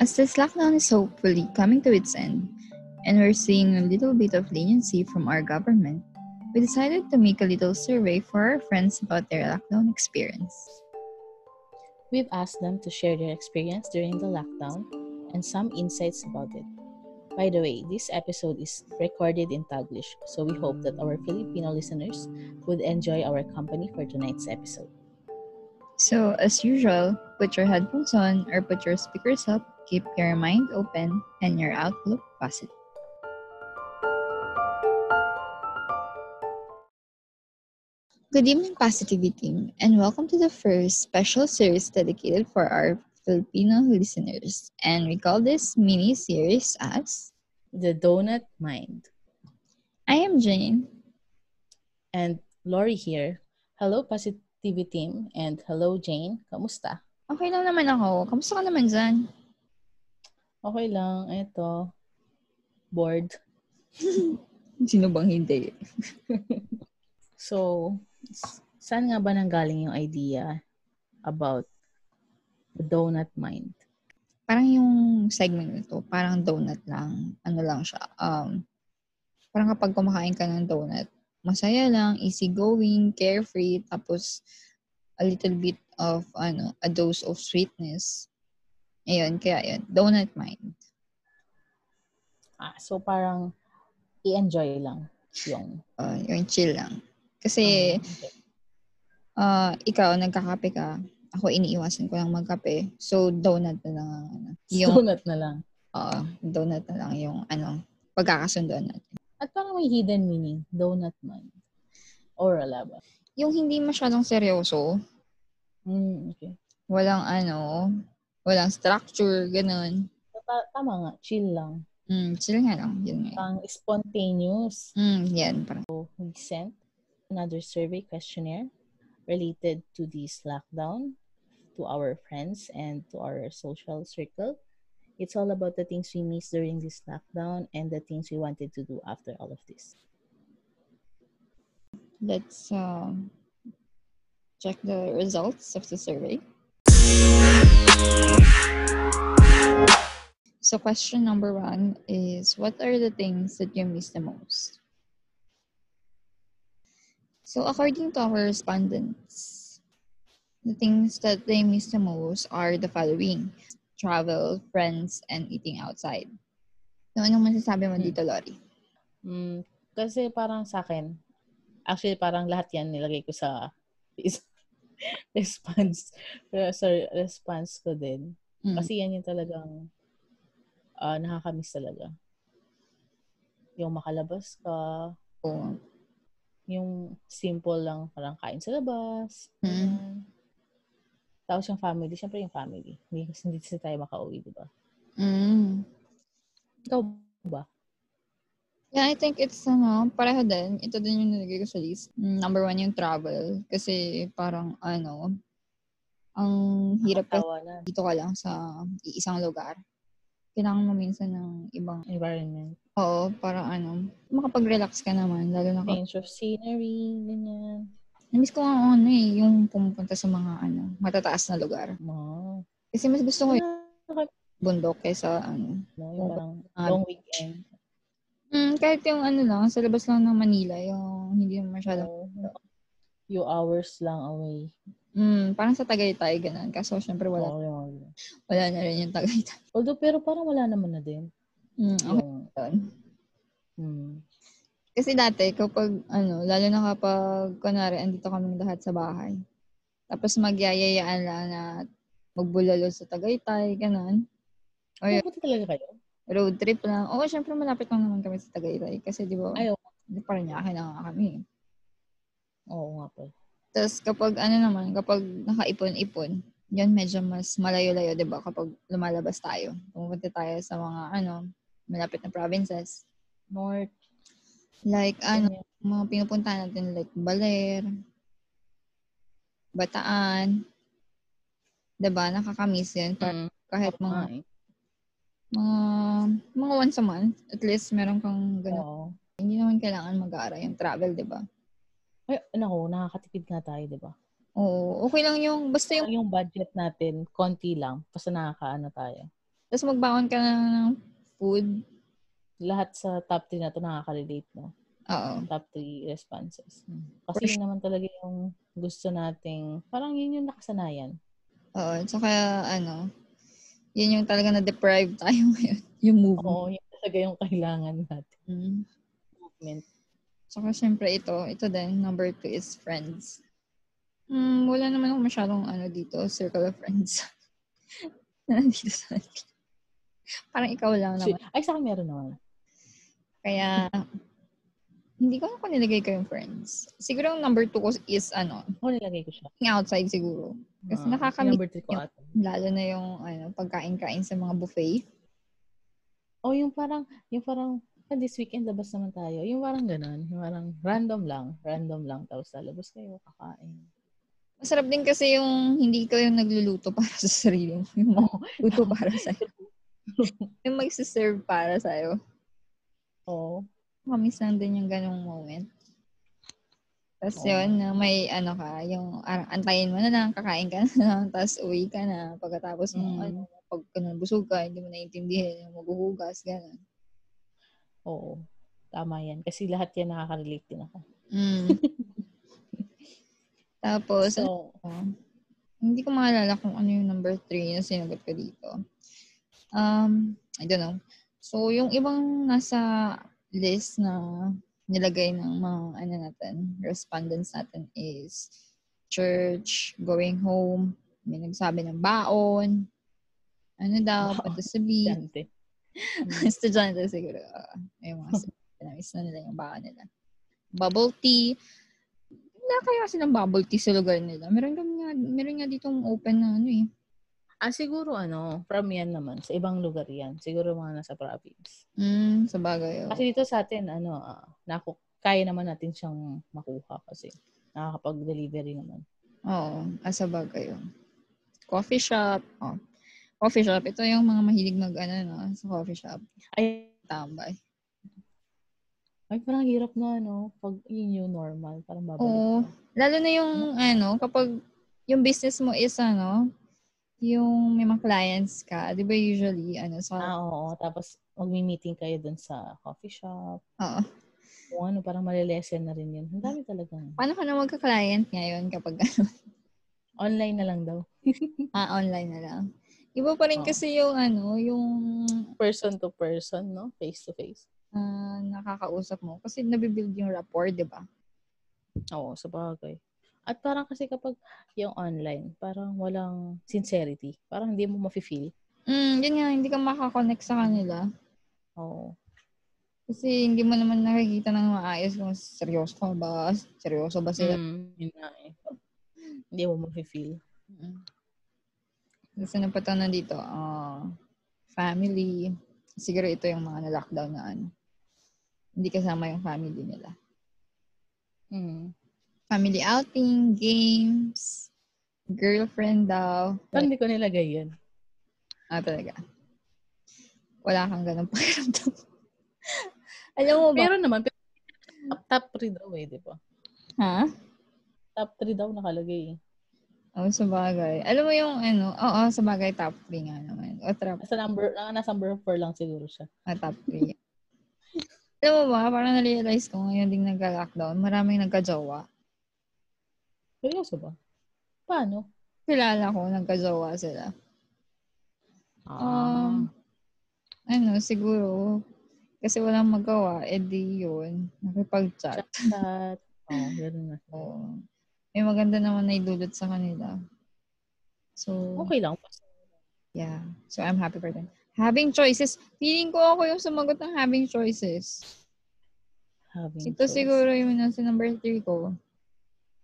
As this lockdown is hopefully coming to its end, and we're seeing a little bit of leniency from our government, we decided to make a little survey for our friends about their lockdown experience. We've asked them to share their experience during the lockdown and some insights about it. By the way, this episode is recorded in Taglish, so we hope that our Filipino listeners would enjoy our company for tonight's episode. So, as usual, put your headphones on or put your speakers up, keep your mind open, and your outlook positive. Good evening, Positivity Team, and welcome to the first special series dedicated for our Filipino listeners. And we call this mini series as The Donut Mind. I am Jane. And Lori here. Hello, Positivity Team, and hello, Jane. Kamusta? Okay lang naman ako. Kamusta ka naman dyan? Okay lang. Eto. Bored. Sino bang hindi? So, s- saan nga ba nanggaling yung idea about the donut mind? Parang yung segment nito, parang donut lang. Ano lang siya. Um, parang kapag kumakain ka ng donut, masaya lang, easygoing, carefree, tapos a little bit of, ano, a dose of sweetness. Ayun, kaya yun. Donut mind. Ah, so parang i-enjoy lang yung Uh, yung chill lang. Kasi, um, okay. ah, ikaw, nagkakape ka. Ako, iniiwasan ko lang magkape. So, donut na lang. ang ano. Yung, donut na lang. ah, donut na lang yung, ano, pagkakasundoan natin. At parang may hidden meaning, donut mind. Or ala ba? Yung hindi masyadong seryoso, Mm, okay. walang ano, walang structure, ganun. So, ta- tama nga, chill lang. Mm, chill nga lang. Yun nga. Parang spontaneous. Mm, yan. Parang. we sent another survey questionnaire related to this lockdown to our friends and to our social circle. It's all about the things we missed during this lockdown and the things we wanted to do after all of this. Let's um, check the results of the survey. So question number one is, what are the things that you miss the most? So according to our respondents, the things that they miss the most are the following. Travel, friends, and eating outside. So anong masasabi mo Hmm. dito, Lori? Mm, kasi parang sa akin, actually parang lahat yan nilagay ko sa is- response sa response ko din. Mm. Kasi yan yung talagang ah, nakakamiss talaga. Yung makalabas ka, Oo. yung simple lang parang kain sa labas. Mm. ganyan. Tapos yung family, syempre yung family. Hindi, hindi kasi tayo makauwi, di ba? Mm. Ikaw ba? Yeah, I think it's ano, pareho din. Ito din yung nilagay ko sa list. Mm, Number one yung travel. Kasi parang ano, ang hirap kasi Tawa na. dito ka lang sa isang lugar. Kailangan mo minsan ng ibang, Environment. oo, para ano, makapag-relax ka naman. Lalo na kapag, Change of scenery, ganyan. namiss ko nga ano eh, yung pumupunta sa mga ano, matataas na lugar. Wow. Kasi mas gusto ko yung Nakaka- bundok kaysa ano. No, yung parang Ah. long weekend. Mm, kahit yung ano lang, sa labas lang ng Manila, yung hindi yung masyadong No, few hours lang away. Mm, parang sa Tagaytay, ganun. Kaso, syempre, wala, Oo, yun. wala na rin yung Tagaytay. Although, pero parang wala naman na din. Mm, okay. Yung, yun. mm, Kasi dati, kapag, ano, lalo na kapag, kunwari, andito kaming lahat sa bahay. Tapos, magyayayaan lang na magbulalo sa Tagaytay, ganun. Ayun. Pupunta talaga kayo? Road trip lang. Oo, syempre, malapit lang naman kami sa Tagaytay. Kasi, di ba, Ayaw. parang niya, kailangan kami. Oo nga pa. Tapos, kapag, ano naman, kapag nakaipon-ipon, yun, medyo mas malayo-layo, di ba, kapag lumalabas tayo. Pumunta tayo sa mga, ano, malapit na provinces. North. Like, ano, ganyan. mga pinupuntahan natin, like, Baler, Bataan, 'di ba Nakakamiss yan. Parang Mm, Kahit oo nga mga, eh. mga, mga once a month, at least meron kang ganun. Oo. Hindi naman kailangan mag-aaral yung travel, diba? 'di ba Ay, nako, nakakatipid nga tayo, di ba? Oo, okay lang yung, basta yung, Yung budget natin, konti lang, basta nakakaano tayo. Tapos magbaon ka na ng food. Lahat sa top 3 na to nakaka-relate, no? Oo. Top 3 responses. Hmm. For Kasi yun naman talaga yung gusto nating, parang yun yung nakasanayan. Oo. Tsaka, ano, yun yung talaga na-deprive tayo ngayon. Yung movement. Oo, yun talaga yung kailangan natin. Mm. Movement. Tsaka syempre ito, ito din, number two is friends. Mm, wala naman ako masyadong ano dito, circle of friends. na nandito sa akin. Parang ikaw lang So, naman. ay, sa akin meron naman. Kaya, hindi ko alam kung nilagay ko yung friends. Siguro yung number two ko is ano, Ako nilagay ko siya. yung outside siguro. Kasi Ah, nakakamit Number 3 ko yung- ata. Lalo na yung ano, pagkain-kain sa mga buffet. Oh, yung parang, yung parang, ah, this weekend labas naman tayo. Yung parang ganun. Yung parang random lang. Random lang. Tapos lalabas kayo, kakain. Masarap din kasi yung hindi ka yung nagluluto para sa sarili mo. Yung Oo. luto para sa'yo. yung magsiserve para sa'yo. Oo. Kamiss lang din yung ganong moment. Tapos Oo. yun, na may ano ka, yung arang antayin mo na lang, kakain ka na lang, tapos uwi ka na. Pagkatapos mo, Mm. ano, pag ganun, busog ka, hindi mo naiintindihan, yung maghuhugas, gano'n. Oo. Tama yan. Kasi lahat yan nakaka-relate din ako. Mm. tapos, So, Oh. Hindi ko maalala kung ano yung number 3 na sinagot ko dito. Um, I don't know. So, yung ibang nasa list na nilagay ng mga ano natin, respondents natin is church, going home, may nagsabi ng baon, ano daw, Baon. pati sa beach, dante. estudyante siguro. Uh, yung mga estudyante na miss na nila yung baon nila. Bubble tea. Wala kaya kasi ng bubble tea sa lugar nila. Meron kami nga, meron nga ditong open na ano eh. Ah, siguro ano, from yan naman. Sa ibang lugar yan. Siguro mga nasa province. Mm, sa bagay. oh. Kasi dito sa atin, ano, ah, naku- kaya naman natin siyang makuha kasi nakakapag-delivery naman. Oo, ah, sa bagay. oh. Coffee shop. Oh. Coffee shop. Ito yung mga mahilig mag ano, no, sa coffee shop. Ay, Tambay. ay parang hirap na, ano, pag yun yung normal, parang babalik. Oo. ka. Lalo na yung ano, kapag yung business mo is ano, yung may mga clients ka, di ba usually, ano, sa, Ah, oo. Tapos, magmi-meeting kayo dun sa coffee shop. oo. Kung ano, parang malilesen na rin yun. Ang dami talagang. Paano ka na magka-client ngayon kapag Online na lang daw. ah, online na lang? Iba pa rin Oo. kasi yung ano, yung Person to person, no? Face to face. ah, nakakausap mo. Kasi nabibuild yung rapport, di ba? Oo, sa bagay. At parang kasi kapag yung online, parang walang sincerity. Parang hindi mo mafe-feel. Mm, yun nga, hindi ka makakonect sa kanila. Oo. Kasi hindi mo naman nakikita ng maayos kung seryoso ka ba, seryoso ba sila. Mm, yun nga eh. Hindi mo mafe-feel. Mm. Kasi napatanan dito, ah, family. Siguro ito yung mga na-lockdown na ano. Hindi kasama yung family nila. Mm. Family outing, games, girlfriend daw. Parang hindi ko nilagay yan. Ah, talaga. Wala kang ganun pakiramdam. Alam mo Ano ba? Pero naman, pero top 3 daw eh, di ba? Ha? Top 3 daw nakalagay eh. Oo, Oh, sa bagay. Alam mo yung ano, oo, sa bagay top 3 nga naman. O trap, Nasa number, ah, nasa number 4 lang siguro siya. ah, top 3. Alam mo ba, parang na-realize ko ngayon ding nagka-lockdown, maraming nagka-jowa. Seryoso ba? Paano? Kilala ko, nagka-jowa sila. Ah. Um, Ano, siguro, kasi walang magawa, edi yun, nakipag-chat. Chat. Oh, ganun na. Oo. May maganda naman na idulot sa kanila. So, Okay lang. Yeah. So, I'm happy for them. Having choices. Feeling ko ako yung sumagot ng having choices. Having Ito choice. siguro yung nasa number three ko.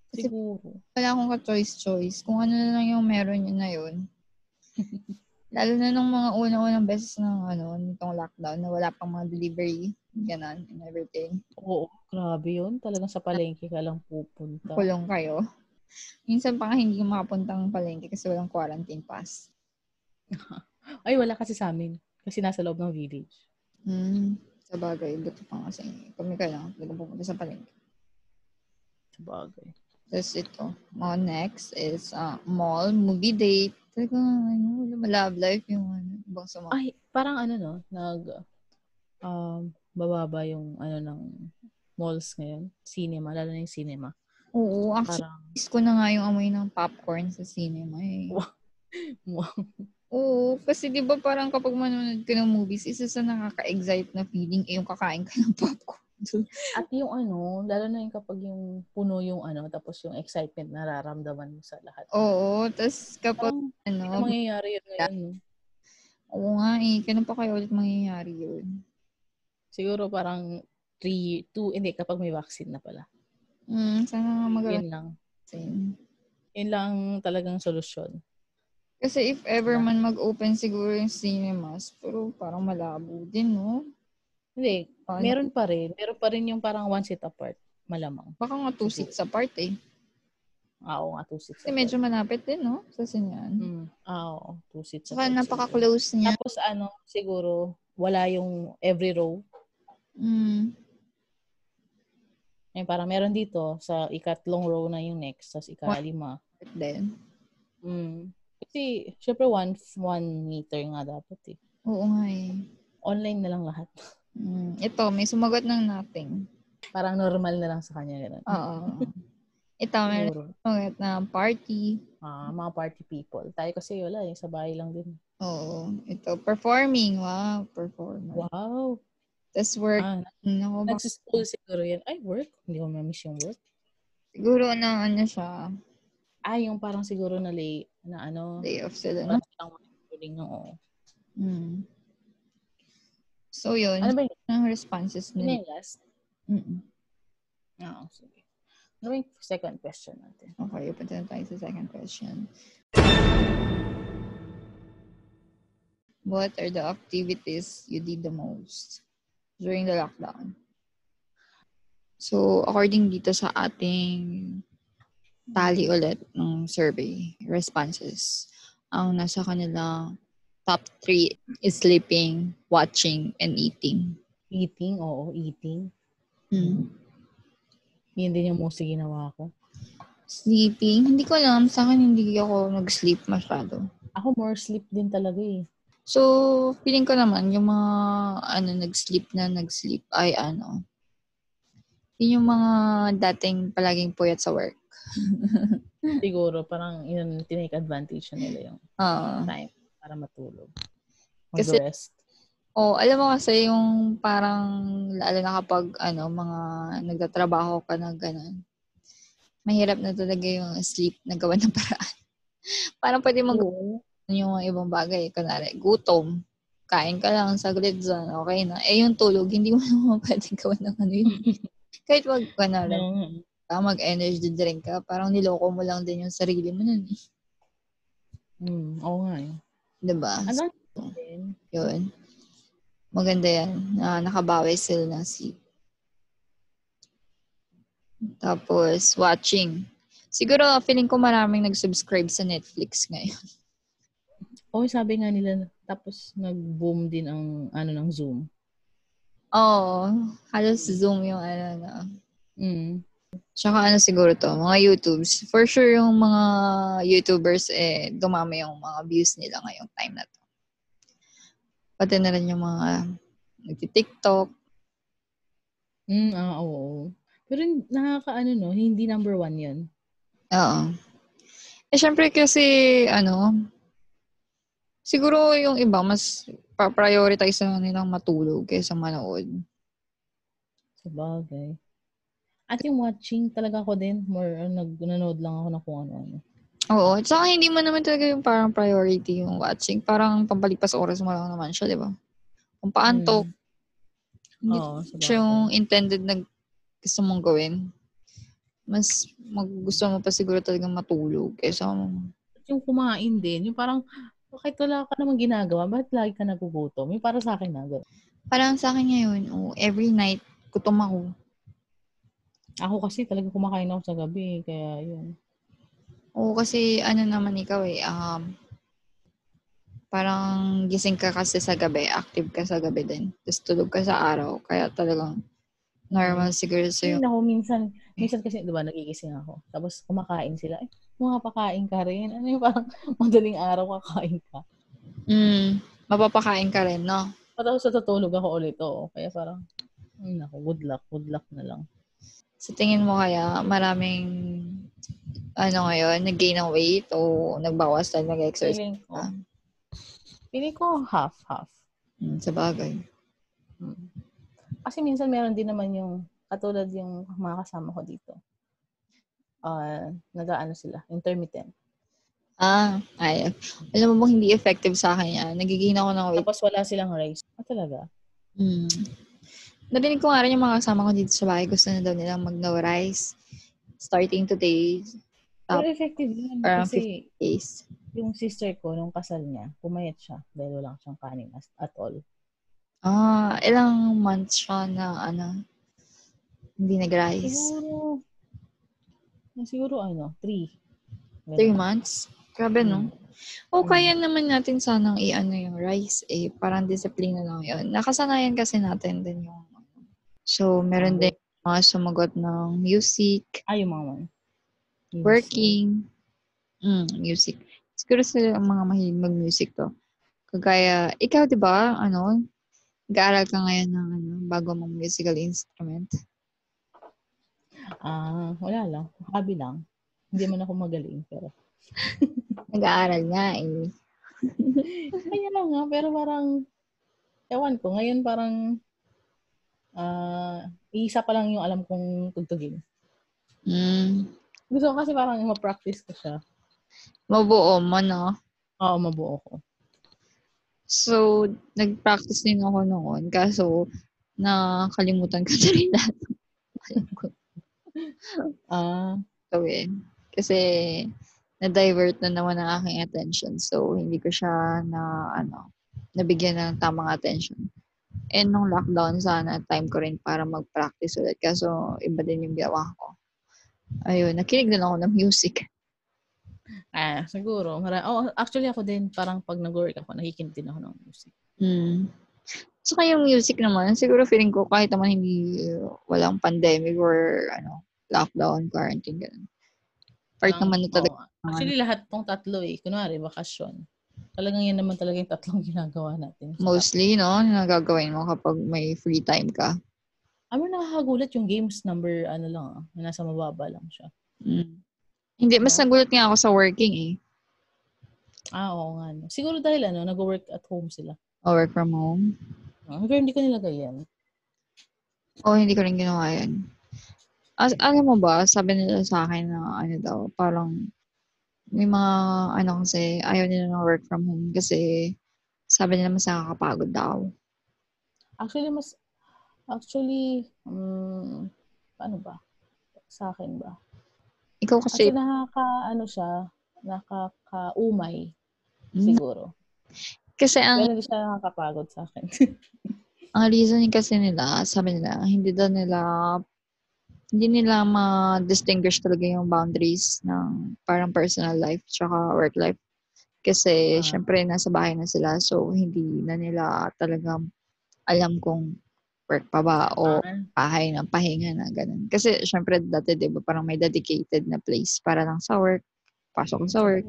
kasi- Siguro. Wala akong ka-choice-choice. Kung ano na lang yung meron yun na yun. Lalo na nung mga una-unang beses ng ano, nitong lockdown na wala pang mga delivery, ganon, and everything. Oo, grabe yun. Talagang sa palengke ka lang pupunta. Kulong kayo. Minsan pa nga hindi ka makapunta ng palengke kasi walang quarantine pass. Ay, wala kasi sa amin. Kasi nasa loob ng village. Hmm. Sa bagay, buti pa nga sa inyo. Kami kailangan talaga pupunta sa palengke. Sabagay. Tapos ito, mga next is ah, mall, movie date. Talagang ano, lumalab life yung ano, ibang sa mga. Ay, parang ano no, nag um, bababa yung ano ng malls ngayon. Cinema, lalo na yung cinema. Oo, actually, Parang, miss ko na nga yung amoy ng popcorn sa cinema eh. Wow. Wow. Oo, kasi di ba parang kapag manonood ka ng movies, isa sa nakaka-excite na feeling eh yung kakain ka ng popcorn. at yung ano, lalo na yung kapag yung puno yung ano, tapos yung excitement nararamdaman mo sa lahat. Oo, tapos kapag Parang, ano, ano mangyayari yun ngayon, no? oo nga eh, kailan pa kaya ulit mangyayari yun? Siguro parang 3, 2, hindi, kapag may vaccine na pala. Hmm, sana nga Yun magawin. lang. Yun lang ang talagang solusyon. Kasi if ever Yeah. man mag-open siguro yung cinemas, pero parang malabo din, no? Hindi, Ano? meron pa rin. Meron pa rin yung parang one seat apart. Malamang. Baka nga two seats apart eh. Ah, Oo nga, two seats Kasi medyo malapit din, no? Sa sinyan. Mm. Ah, oo. Two seats Saka apart. siguro. napaka-close niya. Tapos ano, siguro, wala yung every row. Mm. Eh, parang meron dito sa ikatlong row na yung next, tapos ikalima. But then, Mm. Kasi, syempre, one, one meter nga dapat eh. oo nga eh. Online na lang lahat. Mm. Ito, may sumagot ng nothing. Parang normal na lang sa kanya. Ganun. Oo. Ito, may Siguro. sumagot na party. Ah, mga party people. Tayo kasi wala eh, sa bahay lang din. Oo. Ito, performing. Wow, performer. Wow. Tapos work. Ah, Naku, bak- nagsischool siguro yan. Ay, work. Hindi ko ma-miss yung work. siguro na ano siya, Ay, Ah, yung parang siguro na lay, na ano, day off sila. No? parang silang monitoring ng oo. Mm. So, yun. Ano ba yun? ang responses Yun na nila. yung last? Mm-mm. Oo, Ah, oh, sige. Gawin yung second question natin. Okay, punta na tayo sa second question. What are the activities you did the most during the lockdown? So, according dito sa ating tally ulit ng survey responses, ang nasa kanila top three is sleeping, watching, and eating. Eating, oo, eating. Mm. Yun din yung mostly ginawa ko. Sleeping, hindi ko alam. Sa akin, hindi ako nag-sleep masyado. Ako more sleep din talaga eh. So, feeling ko naman, yung mga ano, nag-sleep na nag-sleep ay ano, yun yung mga dating palaging puyat sa work. Siguro, parang yun, tinake advantage na nila yung Ah. time para matulog. Kasi- Mag-rest. o, alam mo kasi yung parang, lalo na kapag ano, mga nagtatrabaho ka na gano'n, mahirap na talaga yung sleep na gawa ng paraan. parang pwede mag yung mga ibang bagay. Kunwari, gutom. Kain ka lang, saglit dyan, okay na. Eh, yung tulog, hindi mo naman pwede gawan ng ano yun. Kahit wag ka na lang. Ano, ka, Ah, mag-energy drink ka, parang niloko mo lang din yung sarili mo nun. eh. Mm, oo nga eh. 'Di ba? Ano So, din? yun. Maganda yan. na nakabawi sila ng sleep. Tapos, watching. Siguro, feeling ko maraming nag-subscribe sa Netflix ngayon. Oo, sabi nga nila, tapos nag-boom din ang ano ng Zoom. Oo. halos Zoom yung ano na. Mm. Tsaka ano siguro to, mga YouTubes. For sure yung mga YouTubers, eh, dumami yung mga views nila ngayong time na to. Pati na rin yung mga nagtitiktok, Mm, ah, oo. Pero hin- nakakaano no, hindi number one yun. Oo. Eh, syempre kasi, ano, siguro yung iba, mas pa-prioritize na nilang matulog kaysa manood. Sa bagay. At yung watching talaga ako din, more on nag nanood lang ako na kung ano-ano. Oo. At saka hindi mo naman talaga yung parang priority yung watching. Parang pampalipas oras mo lang naman siya, di ba? Kung paantok, Mm. hindi Oo, sa siya yung intended na gusto mong gawin. Mas magugusto mo pa siguro talaga matulog eh, kaysa mong... At yung kumain din, yung parang, bakit wala ka namang ginagawa? Bakit lagi ka nagugutom? Yung para sa akin na, ganun. Parang sa akin ngayon, oh, every night, gutom ako. Ako kasi talaga kumakain ako sa gabi, kaya yun. Oo, kasi ano naman ikaw eh, um, parang gising ka kasi sa Mm. gabi, active ka sa gabi din. Tapos tulog ka sa araw, kaya talagang normal siguro sa'yo. Ayun ako, minsan, minsan kasi, di ba, nagigising ako. Tapos, kumakain sila. Ay, makapakain ka rin. Ano yung parang madaling araw kakain ka. Mm, mapapakain ka rin, no? Tapos, natutulog ako ulit. Oo. Kaya parang, ay, naku, good luck. Good luck na lang. Sa tingin mo kaya maraming ano ngayon, nag-gain ng weight o nagbawas dahil mag-exercise? Feeling ko, Ah. feeling ko half-half. Mm, sa bagay. Mm. Kasi minsan meron din naman yung, katulad yung mga kasama ko dito. Ah, nag-ano sila, intermittent. Ah, ay. Alam mo bang hindi effective sa akin yan? Nagigain ako ng weight. Tapos wala silang rice. Ah, talaga? Mm. Narinig ko nga rin yung mga kasama ko dito sa bahay. Gusto na daw nilang mag-no rice. Starting today Pero effective yun. Ah. Parang Kasi, is yung sister ko, nung kasal niya, pumayat siya dahil wala siyang kanin as- at all. ah, ilang months siya na ano, hindi nag-rice. Siguro, yung siguro ano, three. Ganun. Three months? Grabe, no? Mm. O Mm. kaya naman natin sanang i-ano yung rice eh. Parang disiplina lang yun. Nakasanayan kasi natin din yung ano. So, meron din mga sumagot ng music, Ah, yung mga man. Yung working, mm, music. Siguro sila ang mga mahilig mag-music to. Kagaya, ikaw, di ba, ano, nag-aaral ka ngayon ng ano, bago mong musical instrument. music. Ah, wala lang. Hobby lang. Hindi man ako magaling. Pero, Nag-aaral nga eh. kaya lang nga. Pero parang, ewan ko. Ngayon parang, ah, isa pa lang yung alam kong tugtugin. Mm, Gusto ko kasi parang ma-practice ko siya. mabuo mo, no? Oo, mabuo ko. So, nag-practice din ako noon. Kaso, nakalimutan ko na rin lahat. Alam ko Ah, gawin. Kasi, na-divert na naman ang aking attention. So, hindi ko siya na, ano, nabigyan ng tamang attention. And nung lockdown, sana time ko rin para mag-practice ulit. Kaso, iba din yung ginawa ko. Ayun, nakinig din ako ng music. Ah, siguro. Mara- oh, actually ako din, parang pag nag-work ako, nakikinig din ako ng music. Mm. Tsaka yung music naman, siguro feeling ko kahit naman hindi uh, walang pandemic or ano, lockdown, quarantine, ganun. Part Ang- naman na talaga. oo. actually, lahat tong tatlo eh. Kunwari, bakasyon. Talagang yan naman talaga yung tatlong ginagawa natin. Mostly, no? Yung nagagawin mo kapag may free time ka. Ano nakakagulat yung games number, ano lang, ah, na nasa mababa lang siya. Mm. Hindi, mas nagulat nga ako sa working eh. Ah, oo nga. No. Siguro dahil ano, nag-work at home sila. O Oh, work from home. Ah, Pero hindi ko nilagay yan. O Oh, hindi ko rin ginawa yan. As, alam mo ba, sabi nila sa akin na ano daw, parang may mga ano kasi ayaw nila ng work from home kasi sabi nila mas nakakapagod daw. Actually, mas, actually, um, paano ba? Sa akin ba? Ikaw kasi, Actually, nakaka, ano siya, nakakaumay, Mm. siguro. kasi ang, Pero hindi siya nakakapagod sa akin. ang reasoning kasi nila, sabi nila, hindi daw nila, hindi nila ma-distinguish talaga yung boundaries ng parang personal life tsaka work life. Kasi, Ah. syempre, nasa bahay na sila, so hindi na nila talagang alam kung work pa ba Ah. o bahay na, pahinga na, ganun. Kasi, syempre, dati, di ba, parang may dedicated na place para lang sa work, pasok sa work.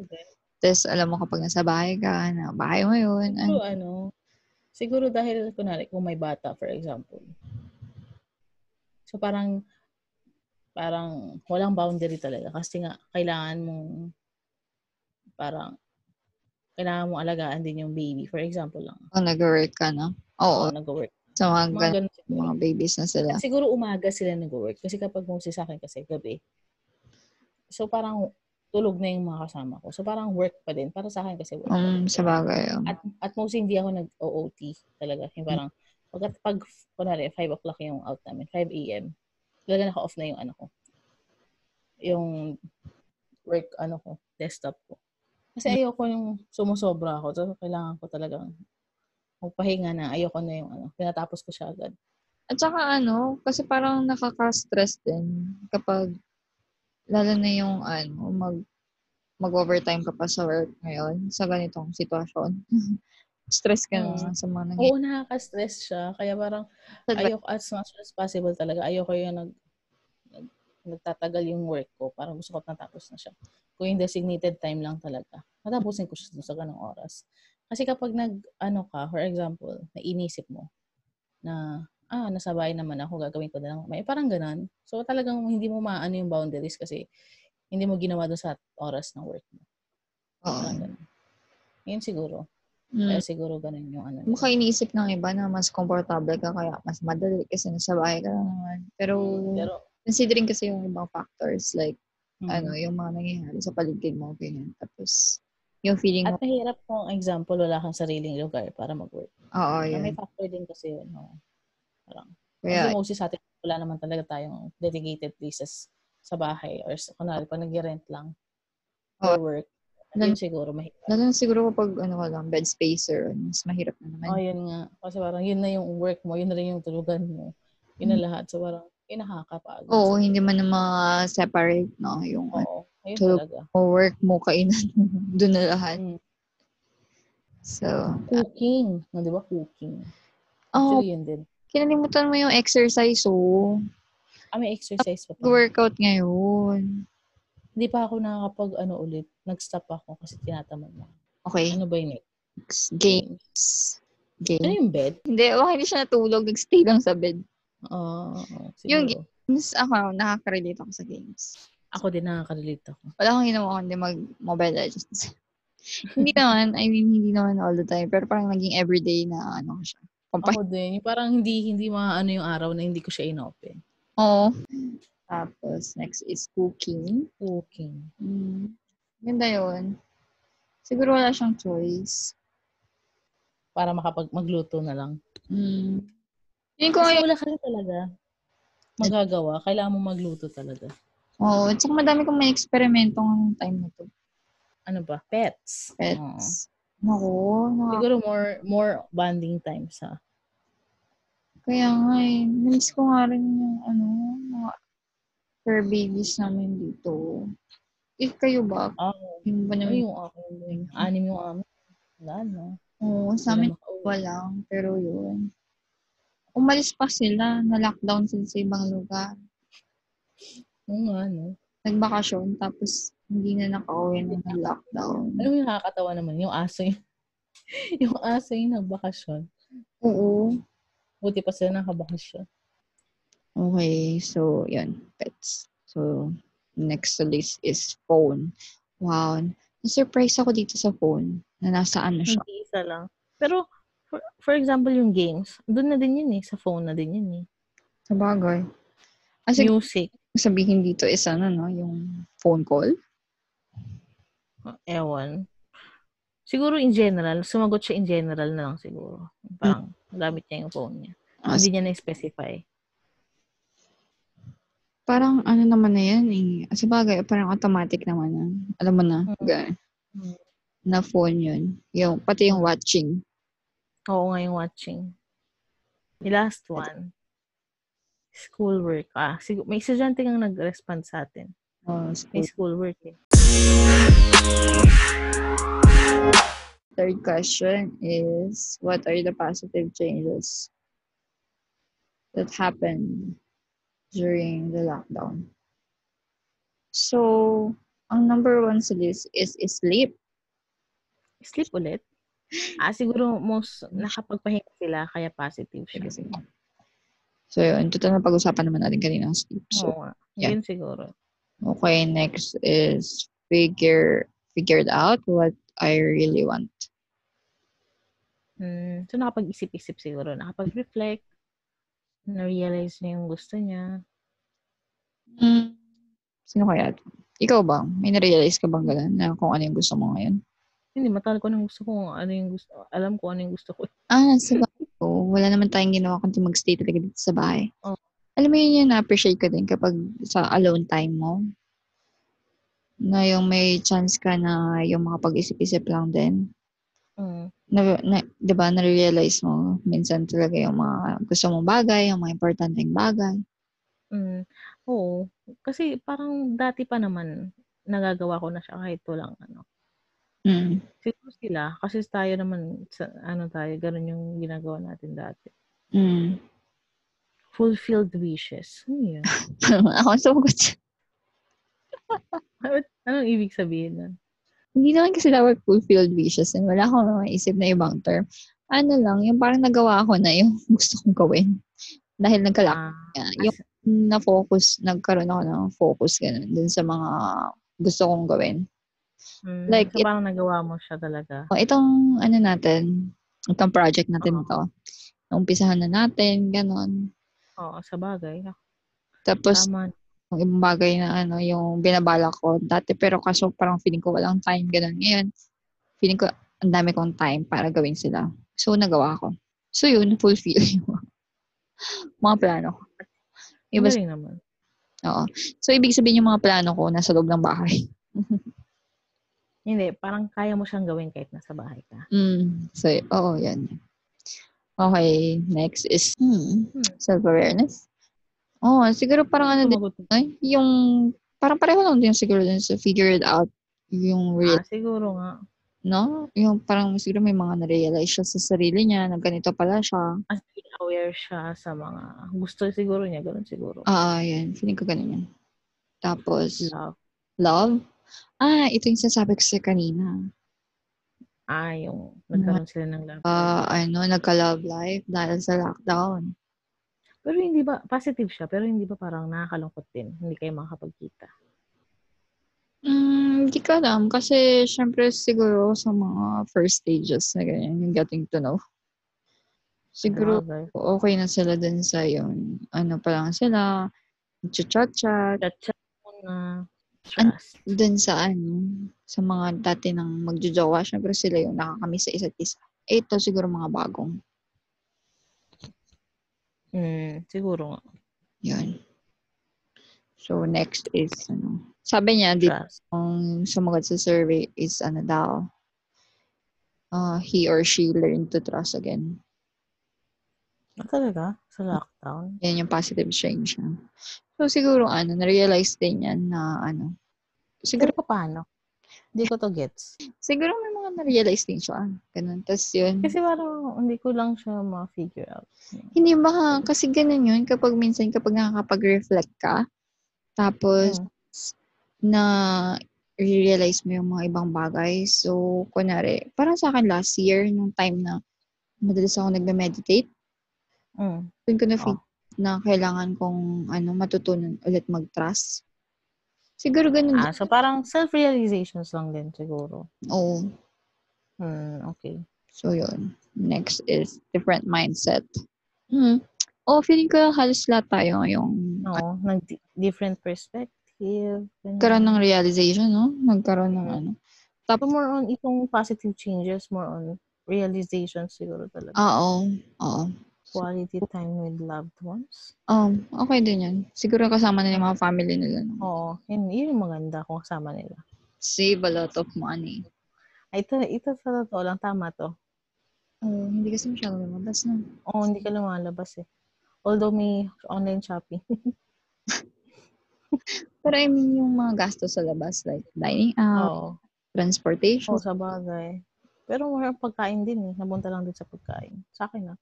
Tapos, alam mo kapag nasa bahay ka, na bahay mo yun. Siguro ano, siguro dahil kunwari kung may bata for example. So parang parang walang boundary talaga kasi nga kailangan mong parang kailangan mong alagaan din yung baby. For example lang, Kung nag-work ka na. Oo, ako nag-work. sa mga Mga ganun, ganun siguro. mga babies na sila. Siguro umaga sila nag-work kasi kapag mostly sa akin kasi gabi. So parang tulog na yung mga kasama ko. So parang work pa din. Para sa akin kasi work. pa Um, din. sa bagay. Um, at at most hindi ako nag-OOT talaga. Yung parang, pag, pag kunwari, 5 o'clock yung out namin, 5 a.m., talaga naka-off na yung ano ko. Yung work, ano ko, desktop ko. Kasi ayoko yung sumusobra ako. So, kailangan ko talagang magpahinga na. Ayoko na yung ano. Pinatapos ko siya agad. at saka ano, kasi parang nakaka-stress din kapag lalo na yung ano, mag mag-overtime ka pa sa work ngayon sa ganitong sitwasyon. Stress ka Mm. na sa mga nangyayari. Oo, nakaka-stress siya. Kaya parang Saglit. ayoko as much as possible talaga. Ayoko yung nag, nag, nagtatagal yung work ko. Parang gusto ko natapos na siya. Kung yung designated time lang talaga. Matapusin ko siya dun sa ganong oras. Kasi kapag nag, ano ka, for example, nainisip mo na, ah, nasa bahay naman ako, gagawin ko na lang. May parang ganan. So talagang hindi mo maano yung boundaries kasi hindi mo ginawa dun sa oras ng work mo. Oo. Parang ganun. Yun siguro. Mm. Kaya siguro ganun yung ano. Mukha iniisip ng iba na mas komportable ka kaya mas madali kasi nasa bahay ka lang naman. Pero, Pero, considering kasi yung ibang factors like mm. ano, yung mga nangyayari sa paligid mo, ganyan. Tapos, yung feeling mo, At mahirap kung example, wala kang sariling lugar para mag-work. oo, Na May yun. factor din kasi yun. No? Parang, Kaya, kasi mostly sa atin, wala naman talaga tayong dedicated places sa bahay or sa, kunwari, pag nag-rent lang for work. Oh. Nan- yun siguro mahirap. lalo na siguro kapag, ano ka lang, bed spacer, mas mahirap na naman. Oh, yun nga. Kasi parang yun na yung work mo, yun na rin yung tulugan mo. Yun na lahat. So parang, yun nakakapagod. Hmm. Oo, hindi man na ma-separate, no? Yung ano, Oo. Ayun Tulog. talaga. work mo, kainan, doon na lahat. Mm. So, Cooking. No, Ah, di ba? Cooking. oh, Actually, yun din. kinalimutan mo yung exercise, oh. Ah, may exercise pa pala. Workout ngayon. Hindi pa ako nakakapag, ano ulit. Nag-stop ako kasi tinatamad na. Okay, Ano ba yun? eh? next. Games. Ano Games. yung bed? Hindi, baka hindi siya natulog, nag-stay lang sa bed. Ah, Oo. Yung siguro. Games, ako, nakaka-relate ako sa games. Ako din nakaka-relate ako. wala akong ginawa kundi mag-mobile legends. hindi naman, I mean, hindi naman all the time, pero parang naging everyday na ano ko siya. Kompa- Ako din. Yung parang hindi, hindi maano yung araw na hindi ko siya inopen. Oo. Tapos, next is cooking. Cooking. Mm. Ganda yun. Siguro wala siyang choice. Para makapag magluto na lang. Mm. Feeling ko Kasi ngayon, wala ka rin talaga magagawa. Kailangan mo magluto talaga. oo, oh, tsaka madami kong may eksperimento ng time na to. Ano ba? Pets. Oo. Pets. Naku, nakaka- Siguro more more bonding time sa kaya nga eh, namiss ko nga rin yung ano, mga fur babies namin dito. If kayo ba, ako. yung ba namin Ay, Ano yung ako. Yung anim yung amin. Wala, no? Oo, sa amin Hindi na makauwi. walang, pero yun. Umalis pa sila, na-lockdown sila sa ibang lugar. Oo nga, no? Nagbakasyon, tapos hindi na nakauwi ng Alam lockdown. mo yung nakakatawa naman? Yung aso yung, yung aso yung nagbakasyon. Oo. Buti pa sila nakabakasyon. Okay, so yun, pets. So, next to list is phone. Wow. Na-surprise ako dito sa phone na nasa ano siya. Hindi isa lang. Pero, for, for example, yung games, doon na din yun eh. Sa phone na din yun eh. Hmm, Sa bagay. Kasi Music. sabihin dito is ano, no? Yung phone call. Ewan. Siguro in general, sumagot siya in general na lang siguro. Parang gamit niya yung phone niya. Hmm. Ah, Hindi niya na-specify. Parang ano naman na yan eh. Sa bagay, parang automatic naman na. Alam mo na, Mm. ganun. Mm. Hmm. na phone yun. Yung, pati yung watching. Oo nga yung watching. The last one. Schoolwork. Ah, siguro, may estudyante kang nag-respond sa atin. Oh, May school. schoolwork eh. Third question is, what are the positive changes that happened during the lockdown? So, ang number one sa list is sleep. Sleep ulit. Ah, siguro most nakapagpahinga sila kaya positive siya. So, yun. Total na pag-usapan naman natin kanina ang sleep. So, Oo nga. yeah. Yun siguro. Okay, next is figure figured out what I really want. Mm, so, nakapag-isip-isip siguro. Nakapag-reflect. Na-realize niya yung gusto niya. Mm. Sino kaya? to? Ikaw ba? May narealize ka bang gano'n na kung ano yung gusto mo ngayon? Hindi, matagal ko nang gusto ko. Ano yung gusto. Alam ko ano yung gusto ko. Ah, sa bahay ko. Wala naman tayong ginawa kundi mag-stay talaga dito sa bahay. Oo. Alam mo yun yun, na-appreciate ko din kapag sa alone time mo. Na yung may chance ka na yung makapag-isip-isip lang din. Mm. na, na 'di ba, na-realize mo minsan talaga yung mga gusto mong bagay, yung mga importanteng bagay. Mm. Oo. Kasi parang dati pa naman nagagawa ko na siya kahit walang ano. Mm. Siguro sila, kasi tayo naman, sa, ano tayo, ganun yung ginagawa natin dati. Mm. Fulfilled wishes. Ano yun? Ako ang sumagot. Anong ibig sabihin nun? Hindi naman kasi dapat fulfilled wishes. And wala akong maisip na ibang term. Ano lang, yung parang nagawa ko na yung gusto kong gawin. Dahil nagkalak Ah, nga. Yung na-focus, nagkaroon ako ng focus ganun dun sa mga gusto kong gawin. mm, like so it- parang nagawa mo siya talaga. O, itong ano natin, itong project natin to. Umpisahan na natin, ganun. Oo, sa bagay. Tapos, Tama. yung ibang bagay na ano, yung binabala ko dati, pero kaso parang feeling ko walang time, ganun. Ngayon, feeling ko ang dami kong time para gawin sila. So, nagawa ko. So, yun, fulfill yung mga plano ko. Iba, Galing naman. oo. So, ibig sabihin yung mga plano ko nasa loob ng bahay. Hindi, parang kaya mo siyang gawin kahit nasa bahay ka. Mm. So, y- oo, yan. Okay, next is hmm, Hmm. self-awareness. Oo, siguro parang ano din, Sumagot mo. ay, yung, parang pareho lang din siguro din sa figure it out yung real, Ah, siguro nga. no? Yung parang siguro may mga narealize siya sa sarili niya na ganito pala siya. As in, aware siya sa mga gusto siguro niya. Ganun siguro. Ah, yan. Feeling ko ganun yan. Tapos, Love. love. Ah, ito yung sinasabi ko sa'yo kanina. Ah, yung nagkaroon sila ng love. Ah, ano, nagka-love life dahil sa lockdown. pero hindi ba, positive siya, pero hindi ba parang nakakalungkot din? Hindi kayo makakapagkita. Mm, hindi ko alam. Kasi, syempre, siguro sa mga first stages na ganyan, yung getting to know. Siguro, Bagay. okay na sila dun sa yun. Ano pa lang sila, chat-chat-chat. Chat-chat mo na. Trust. Dun sa ano, sa mga dati nang magjojowa, syempre sila yung nakakamiss sa isa't isa. Eh, Ito siguro mga bagong. Mm, siguro nga. Yun. So, next is, ano, sabi niya, dito Trust. ang sumagot sa survey is, ano daw, uh, he or she learned to trust again. Ah, talaga? Sa lockdown? Yan yung positive change niya. So, siguro, ano, na-realize din yan na, ano, siguro, Hmm. Pero paano? Hindi ko to gets. siguro may mga na-realize din siya. Ganun. Tapos yun. Kasi parang hindi ko lang siya ma-figure out. Hindi ba, kasi ganun yun, kapag minsan, kapag nakakapag-reflect ka, tapos, Mm. na realize mo yung mga ibang bagay. So, kunwari, parang sa akin last year, nung time na madalas ako nagme-meditate, Mm. doon ko na feel na kailangan kong ano, matutunan ulit mag-trust. Siguro ganun. Ah, so parang self-realizations lang din siguro. Oo. Hmm, okay. So, yun. Next is different mindset. Mm-hmm. Hmm. Oh, feeling ko halos lahat tayo yung No, nag different perspective. ganyan. nagkaroon ng realization, no? Nagkaroon ng ano. So more on itong positive changes, more on realization siguro talaga. Ah, Oo. Oo. Quality time with loved ones. Um, okay din yan. Siguro kasama na yung mga family nila. No? Oo, yun, yun yung maganda kung kasama nila. Save a lot of money. Ay, ito, ito sa totoo lang, tama to. Oh, hindi kasi masyado lumabas na. Oo, hindi ka lumalabas eh. Although may online shopping. Pero I mean, yung mga gastos sa labas, like dining out, Oo, transportation. oo, sa bagay. Pero more on pagkain din eh. Nabunta lang din sa pagkain. Sa akin ah.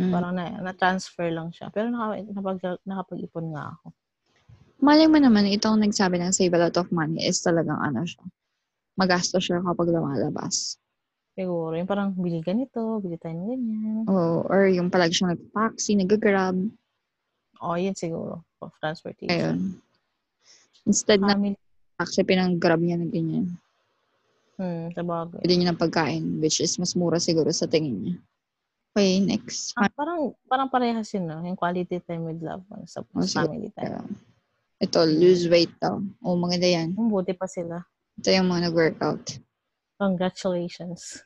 Mm. Parang na, na-transfer lang siya. Pero naka, napag, nakapag-ipon nga ako. Malay mo naman, itong nagsabi ng save a lot of money is talagang ano siya. Magastos siya kapag lumalabas. Siguro, yung parang bili ganito, bili tayo ng ganyan. Oh, or yung palagi siyang nag-taxi, nag-grab. O, yun siguro. Of transportation. Ayun. Instead na Family. taxi, pinang-grab niya na ganyan. Hmm, sa bagay. Pwede niya ng pagkain, which is mas mura siguro sa tingin niya. Okay, next. Ah, parang, parang parehas yun, no? Yung quality time with loved ones. Sa Oh, siguro. family time. Ayun. Ito, lose weight daw. Oh, maganda yan. Ang buti pa sila. Ito yung mga nag-workout. Congratulations.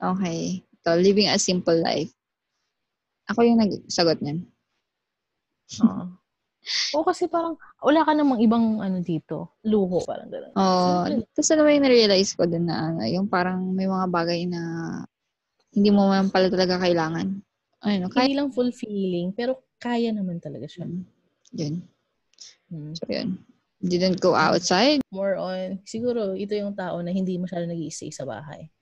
Okay. Ito, living a simple life. Ako yung nagsagot niyan. Oo. Oo, kasi parang wala ka namang ibang ano dito. Luho, parang gano'n. Oh, Simple. tapos ano ba yung na-realize ko din na ano, yung parang may mga bagay na hindi mo man pala talaga kailangan. Ano, kahit Hindi lang fulfilling, pero kaya naman talaga siya. yun. Hmm. So, yun. Didn't go outside? More on, siguro ito yung tao na hindi masyado nag stay sa bahay.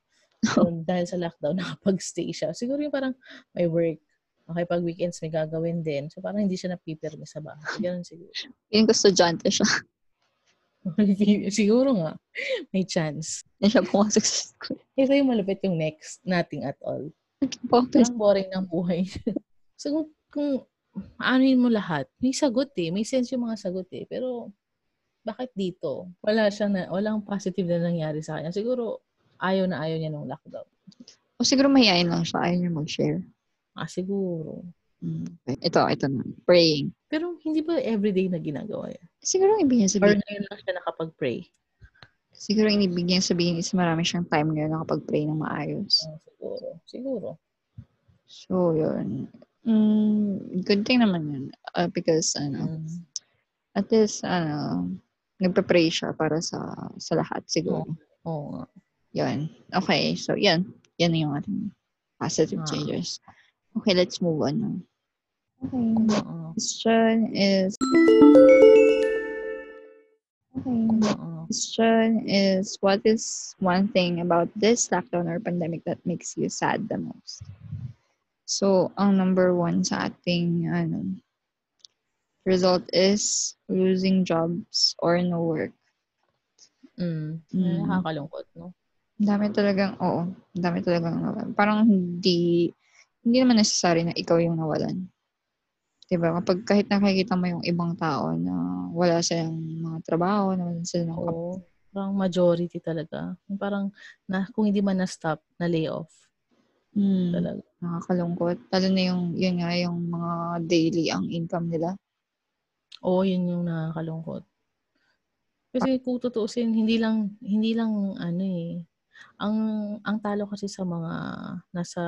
So, dahil sa lockdown, nakapag-stay siya. Siguro yung parang may work. Okay, pag weekends may gagawin din. So, parang hindi siya napipirmi sa bahay. Ganun siguro. Feeling ko estudyante siya. siguro nga. May chance. Hindi siya pumasok sa school. Ito yung malapit yung next nating at all. Focus. Parang boring ng buhay. so, kung, kung aanuhin mo lahat, may sagot eh. May sense yung mga sagot eh. Pero, bakit dito? Wala siyang, na, walang positive na nangyari sa kanya. Siguro, ayaw na ayaw niya nung lockdown. O siguro mahihain lang siya. Ayaw niya mag-share. Ah, siguro. Mm, okay. Ito, ito na. Praying. Pero hindi ba everyday na ginagawa yan? Siguro ang ibig niya Or sabihin, ngayon lang siya nakapag-pray? siguro ang ibig niya sabihin is marami siyang time ngayon nakapag-pray ng maayos. Ah, siguro. Siguro. So, yun. Mm, good thing naman yun. Uh, because, ano, Mm. at least, ano, nagpa-pray siya para sa sa lahat siguro. Oo nga. Yun. Okay. So, yun. Yan na yung ating positive Ah. changes. Okay, let's move on. now. Okay. Oo. Question is... Okay. Oo. Question is, what is one thing about this lockdown or pandemic that makes you sad the most? So, ang number one sa ating ano, result is losing jobs or no work. Mm. Mm. Nakakalungkot, no? Ang dami talagang, oo, ang dami talagang nawalan. Parang hindi, hindi naman necessary na ikaw yung nawalan. Diba? Kapag kahit nakikita mo yung ibang tao na wala silang mga trabaho, na wala silang ng Oo. Parang majority talaga. Yung Parang na, kung hindi man na-stop, na-layoff Mm. talaga. Nakakalungkot. Lalo na yung, yun nga, yung mga daily ang income nila. Oo, yun yung nakakalungkot. Kasi kung tutuusin, hindi lang, hindi lang ano eh. Ang, ang talo kasi sa mga nasa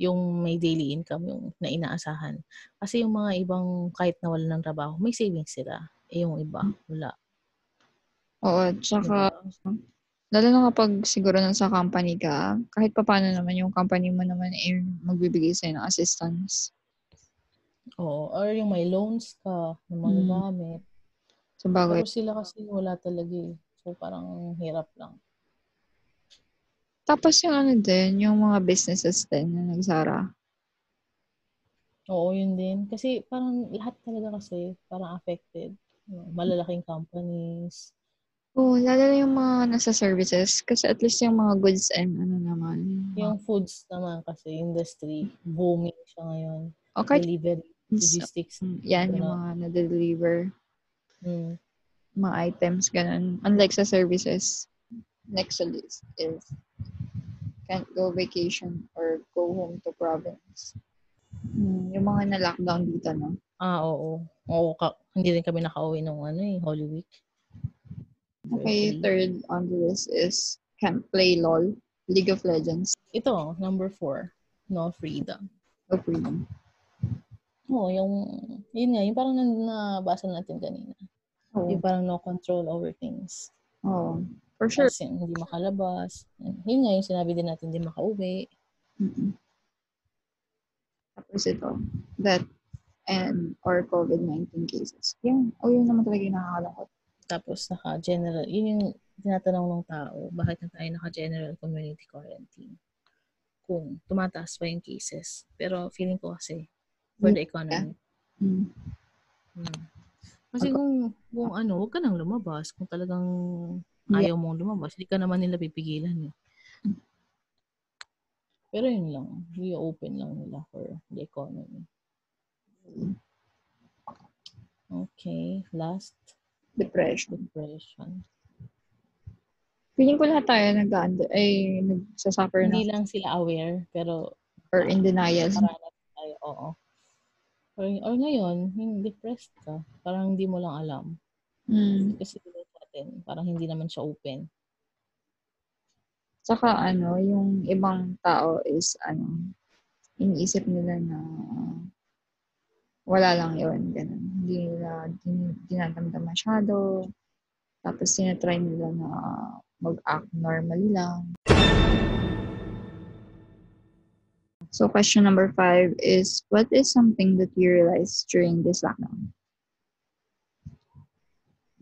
yung may daily income, yung na inaasahan. Kasi yung mga ibang kahit nawalan ng trabaho, may savings sila. Eh yung iba, wala. Oo, tsaka, Diba? lalo na kapag siguro nasa company ka, kahit pa paano naman yung company mo naman ay magbibigay sa'yo ng assistance. Oo. Or yung may loans ka na Mm. magagamit. So, bago, Pero sila kasi wala talaga eh. So parang hirap lang. tapos yung ano din, yung mga businesses din na nagsara. Oo, yun din. Kasi parang lahat talaga kasi parang affected. Malalaking companies. Oo, Oh, lalo na yung mga nasa services, kasi at least yung mga goods and ano naman. Yung foods naman kasi, industry, booming siya ngayon. o kahit, Delivery, logistics. Mm, yan, yung mga na-deliver, Mm. mga items, ganun. Unlike sa services, next sa list is can't go vacation or go home to province. Mm, yung mga na-lockdown dito, no? Ah, oo. Oo, ka- hindi rin kami nakauwi nung ano eh, Holy Week. Okay, third on the list is can't play LOL, League of Legends, Ito, number four. No freedom. no freedom. Oo, yung, yun nga, yung parang nan- nabasa natin kanina. Oo. Yung parang no control over things. Oo. Oh, For sure. Kasi hindi makalabas. Yun nga, yung sinabi din natin, hindi makauwi. Mm-mm. Tapos ito, that and or COVID-19 cases. Yan. O yun naman talaga yung nakakalakot. Tapos naka-general, yun yung tinatanong ng tao, bakit na tayo naka-general community quarantine? Kung tumataas pa yung cases. Pero feeling ko kasi, for the economy. Mm. Hmm. Kasi kung, kung ano, huwag ka nang lumabas. Kung talagang Yeah. ayaw mong lumabas, hindi ka naman nila pipigilan. Eh. Pero yun lang, reopen lang nila for the economy. Okay, last Depression. depression. Feeling ko lahat tayo nag ay nagsasuffer Hindi na lang sila aware, pero or in denial. paranas tayo, ano, oo. Or, or ngayon, yung depressed ka, parang hindi mo lang alam. Mm. Kasi dito natin, parang hindi naman siya open. Tsaka ano, yung ibang tao is ano, iniisip nila na wala lang yun, ganun. Hindi nila din, dinadamdam masyado. Tapos tinatry nila na mag-act normally lang. So question number five is, what is something that you realized during this lockdown?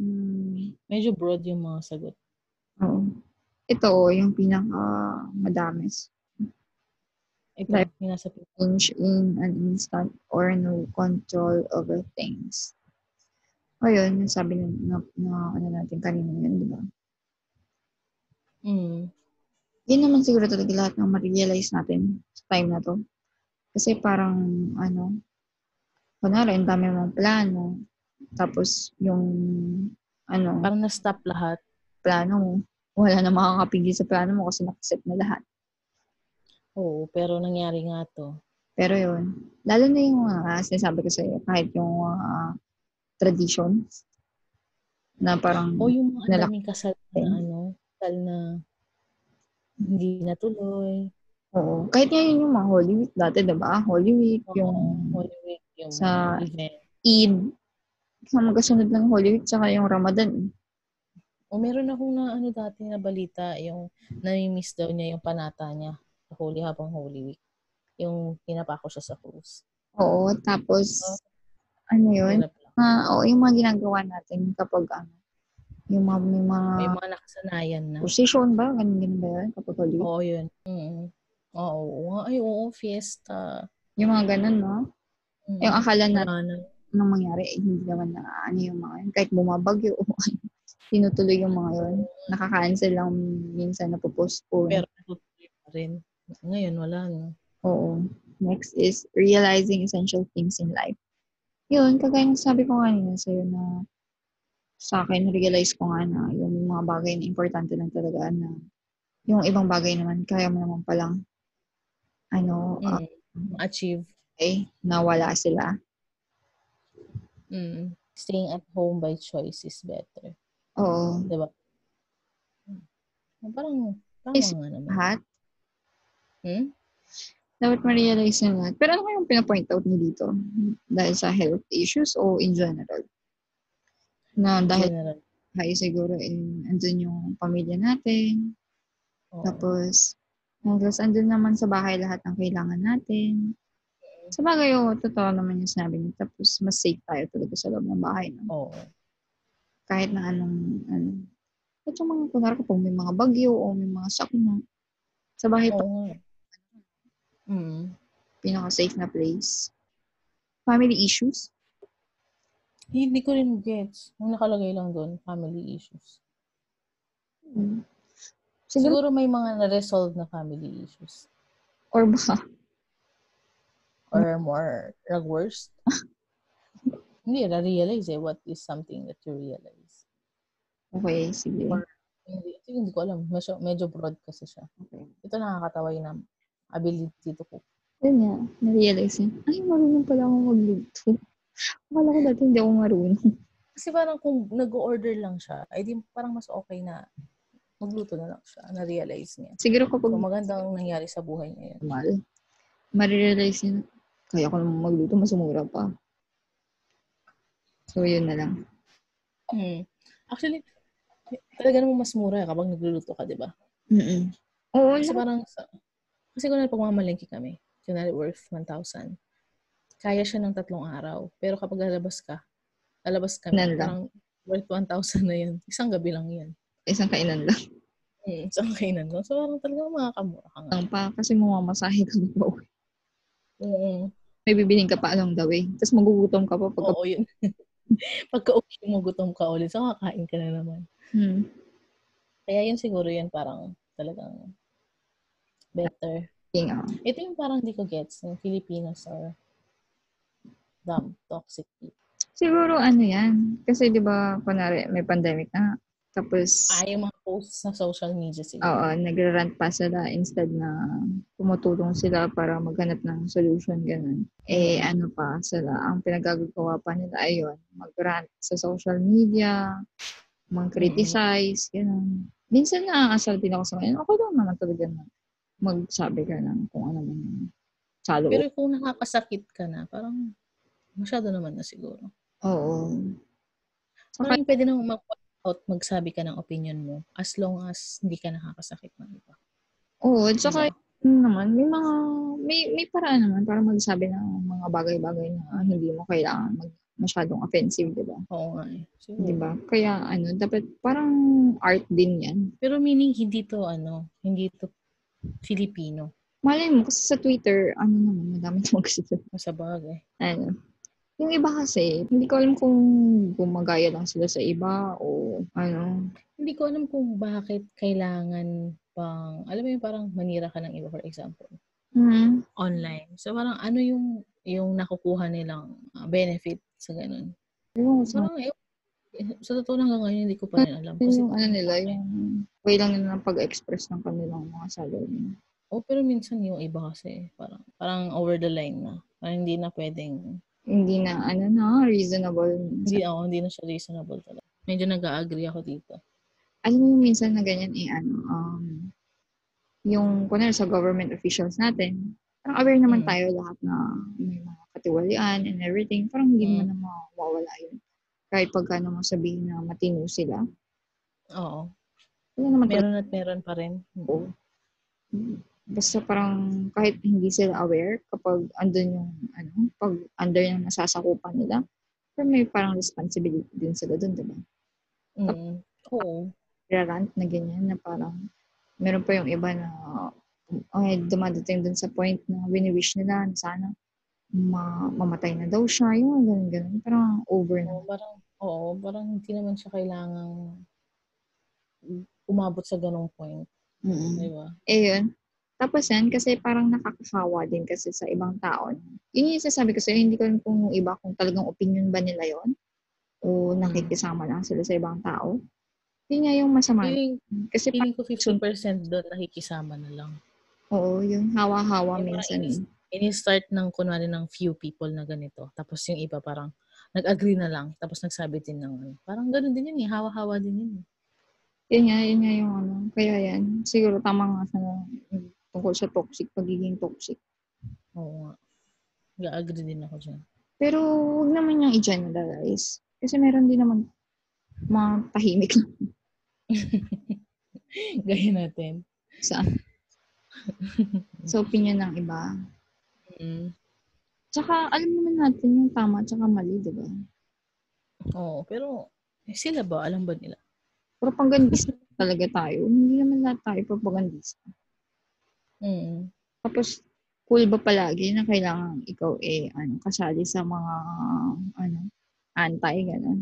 Mm, Medyo broad yung mga sagot. oo. Ito, oh, yung pinaka madamis. Ito, Right. Eh, yung nasa pin- Change in an instant or no control over things. O yun, yung sabi na, na, na- ano natin kanina yun, di ba? Mm. Yun naman siguro talaga lahat ng ma-realize natin sa time na to. Kasi parang, ano, kunwari, ang dami mong plano. Tapos, yung, ano, Parang na-stop lahat. plano mo. Wala na makakapigil sa plano mo kasi nakaset na lahat. Oo, pero nangyari nga to. Pero yun, lalo na yung uh, sinasabi ko sa'yo, kahit yung ah, traditions na parang, O yung mga ang Nalak- Mm. daming kasal na ano, kasal na hindi natuloy. oo. Kahit ngayon yung mga Holy Week dati, diba? Holy Week, Oo, yung Holy Week, yung sa- event. Eid, sa magkasunod ng Holy Week, tsaka yung Ramadan. O meron akong na ano dati na balita, yung nami-miss daw niya yung panata niya sa Holy habang Holy Week. Yung pinapako siya sa krus. Oo, tapos, ano yun? Hirap lang. Ah, oo, yung mga ginagawa natin kapag, ano, yung mga, may mga May mga nakasanayan na. position ba? Ganun, ganun ba yun? Kapag Holy Week? Oo, yun. Mm. Oo, oo, nga. ay, oo, fiesta. Yung mga ganun, no? Mm. Yung akala natin, Wala na. anong mangyari, eh, hindi naman na ano yung mga yun. Kahit bumabagyo o ano, tinutuloy yung mga yun. Nakaka-cancel lang minsan, napopostpone. Pero natutuloy pa rin. Ngayon, wala na. Oo. Next is realizing essential things in life. Yun, kagaya ng sabi ko kanina sa'yo na sa akin, realize ko nga na yung mga bagay na importante lang talaga na yung ibang bagay naman, kaya mo naman palang ano, ah, Mm. Achieve. eh, nawala sila. Mm. Staying at home by choice is better. Oo. Diba? Ah, Parang, tama Is- nga naman. Lahat. Hmm? dapat ma-realize na lahat. Pero ano kayong pinapoint out niyo dito? Dahil sa health issues o in general? Na dahil General. high siguro in, andun yung pamilya natin. Oo. Tapos, hanggang andun naman sa bahay lahat ng kailangan natin. Sa bagay, oo, totoo naman yung sinabi niyo. Tapos, mas safe tayo talaga sa loob ng bahay. No? Oo. Kahit na anong, ano. At yung mga, kunwari kapag may mga bagyo o may mga sakuna, sa bahay Oo nga. Mm. pinaka-safe na place. Family issues? Hindi ko rin gets. Ang nakalagay lang doon, family issues. Mm. Siguro Siguro may mga na-resolve na family issues. Or baka, Or more, or worse. Hindi, na-realize eh. What is something that you realize? okay, sige. Or- Hindi, hindi ko alam. Medyo, medyo broad kasi siya. Okay. Ito nakakatawa yun ang ability to cook. Yun nga, narealize niya. Ay, marunong pala akong magluto. Akala ko dati hindi ako marunong. Kasi parang kung nag-order lang siya, ay di parang mas okay na magluto na lang siya. Na-realize niya. Siguro kapag So, maganda ang nangyari sa buhay niya yun. mal, marirealize niya, na, kaya ko naman magluto, mas mura pa. So, yun na lang. Mm. Actually, talaga namang mas mura eh kapag nagluluto ka, di ba? Mm-mm. Oo, Kasi na. parang, sa- kasi kung nagpamamalengke kami, kunwari worth 1,000, kaya siya ng tatlong araw. Pero kapag lalabas ka, lalabas kami, Nan lang. parang worth 1,000 na yun. Isang gabi lang yun. Isang kainan lang Mm, isang kainan lang. So, parang talaga makakamura ka nga. lang pa kasi mamamasahe ka pa uwi. Oo. May bibiling ka pa along the way. Tapos magugutom ka pa pag... Oo, yun. Pagka-uwi mo, gutom ka ulit. So, kakain ka na naman. Hmm. Kaya yun siguro yun parang talagang better. King out. Ito yung parang hindi ko gets ng Filipinos or dumb, toxic people. Siguro ano yan. Kasi di ba, kunwari, may pandemic na. nga. Tapos... Ah, yung mga posts sa social media siguro. Oo, nagrarant pa sila instead na tumutulong sila para maghanap ng solution, ganun. Eh, ano pa sila, ang pinagagawa pa nila ayun, magrant sa social media, mag-criticize, ganun. Minsan nakakasal din ako sa kanya, okay lang naman talaga na magsabi ka ng kung ano man yung salo. Pero kung nakakasakit ka na, parang masyado naman na siguro. Oo. Saka, Parang pwede nang mag-out, magsabi ka ng opinion mo as long as hindi ka nakakasakit ng iba. oo, at saka Diba? yun naman, may mga, may, may paraan naman para magsabi ng mga bagay-bagay na hindi mo kailangan mag masyadong offensive, diba? di ba? Oo nga eh. Siguro. Di ba? Kaya ano, dapat parang art din yan. Pero meaning, hindi to ano, hindi to Filipino. Malay mo, kasi sa Twitter, ano naman, madami naman kasi sa- Sa bagay. ano. Yung iba kasi, hindi ko alam kung gumagaya lang sila sa iba o ano. Hindi ko alam kung bakit kailangan pang, alam mo yung parang manira ka ng iba, for example, Hmm. online. So parang ano yung yung nakukuha nilang ah, benefit sa ganun. Yung, so, So, parang, eh, sa totoo lang hanggang ngayon, hindi ko pa rin alam. Mm. Kasi, yung ano nila, yung way lang nila ng pag-express ng kanilang mga salary. oh, pero minsan yung iba kasi, parang, parang over the line na. Parang hindi na pwedeng, Hindi na, ano na, reasonable. hindi ako, hindi na siya reasonable talaga. Medyo nag-agree ako dito. alam mo yung minsan na ganyan eh, ano, um, yung, kunwari sa government officials natin, parang aware naman Mm. tayo lahat na may mga katiwalian and everything. Parang hindi Mm. naman na ma- mawawala yun. Kahit pagka naman sabihin na matino sila, Oo. wala naman talaga. Meron at meron pa rin. Mm. Oo. Basta parang kahit hindi sila aware, kapag andun yung, ano, pag under yung nasasakupan nila, pero may parang responsibility din sila dun, diba? Mm. Oo. rant na ganyan na parang meron pa yung iba na ay dumadating dun sa point na wini-wish nila na sana ma- mamatay na daw siya. Yung mga ganun-ganun. Parang over na. Oo, parang, oo, parang hindi naman siya kailangang umabot sa ganong point. Di Mm-mm. ba? Eh yun. Tapos yan, kasi parang nakakahawa din kasi sa ibang tao. Yun yung sasabi ko sa'yo, hindi ko alam kung yung iba, kung talagang opinion ba nila yon o nakikisama lang sila sa ibang tao. Yun nga yung masama. Feeling, Kasi parang, feeling ko 50% doon nakikisama na lang. oo, yung hawa-hawa Yung parang minsan. eh. inis- ini-start ng kunwari ng few people na ganito. Tapos yung iba parang nag-agree na lang. Tapos nagsabi din ng ano. Parang ganun din yun eh. Hawa-hawa din yun. eh. Yun nga, yun nga yung ano. Kaya yan, siguro tama nga sa yung tungkol sa toxic, pagiging toxic. Oo nga. Nag-agree din ako dyan. Pero huwag naman niyang i-generalize. Kasi meron din naman mga tahimik lang Gaya natin. sa, sa opinion ng iba. Mm. Tsaka alam naman natin yung tama tsaka mali, di ba? Oo. Pero eh, sila ba? Alam ba nila? Propagandista talaga tayo. Hindi naman lahat tayo propagandista. Mm. Tapos, cool ba palagi na kailangan ikaw eh, ano, kasali sa mga, ano, anti, gano'n.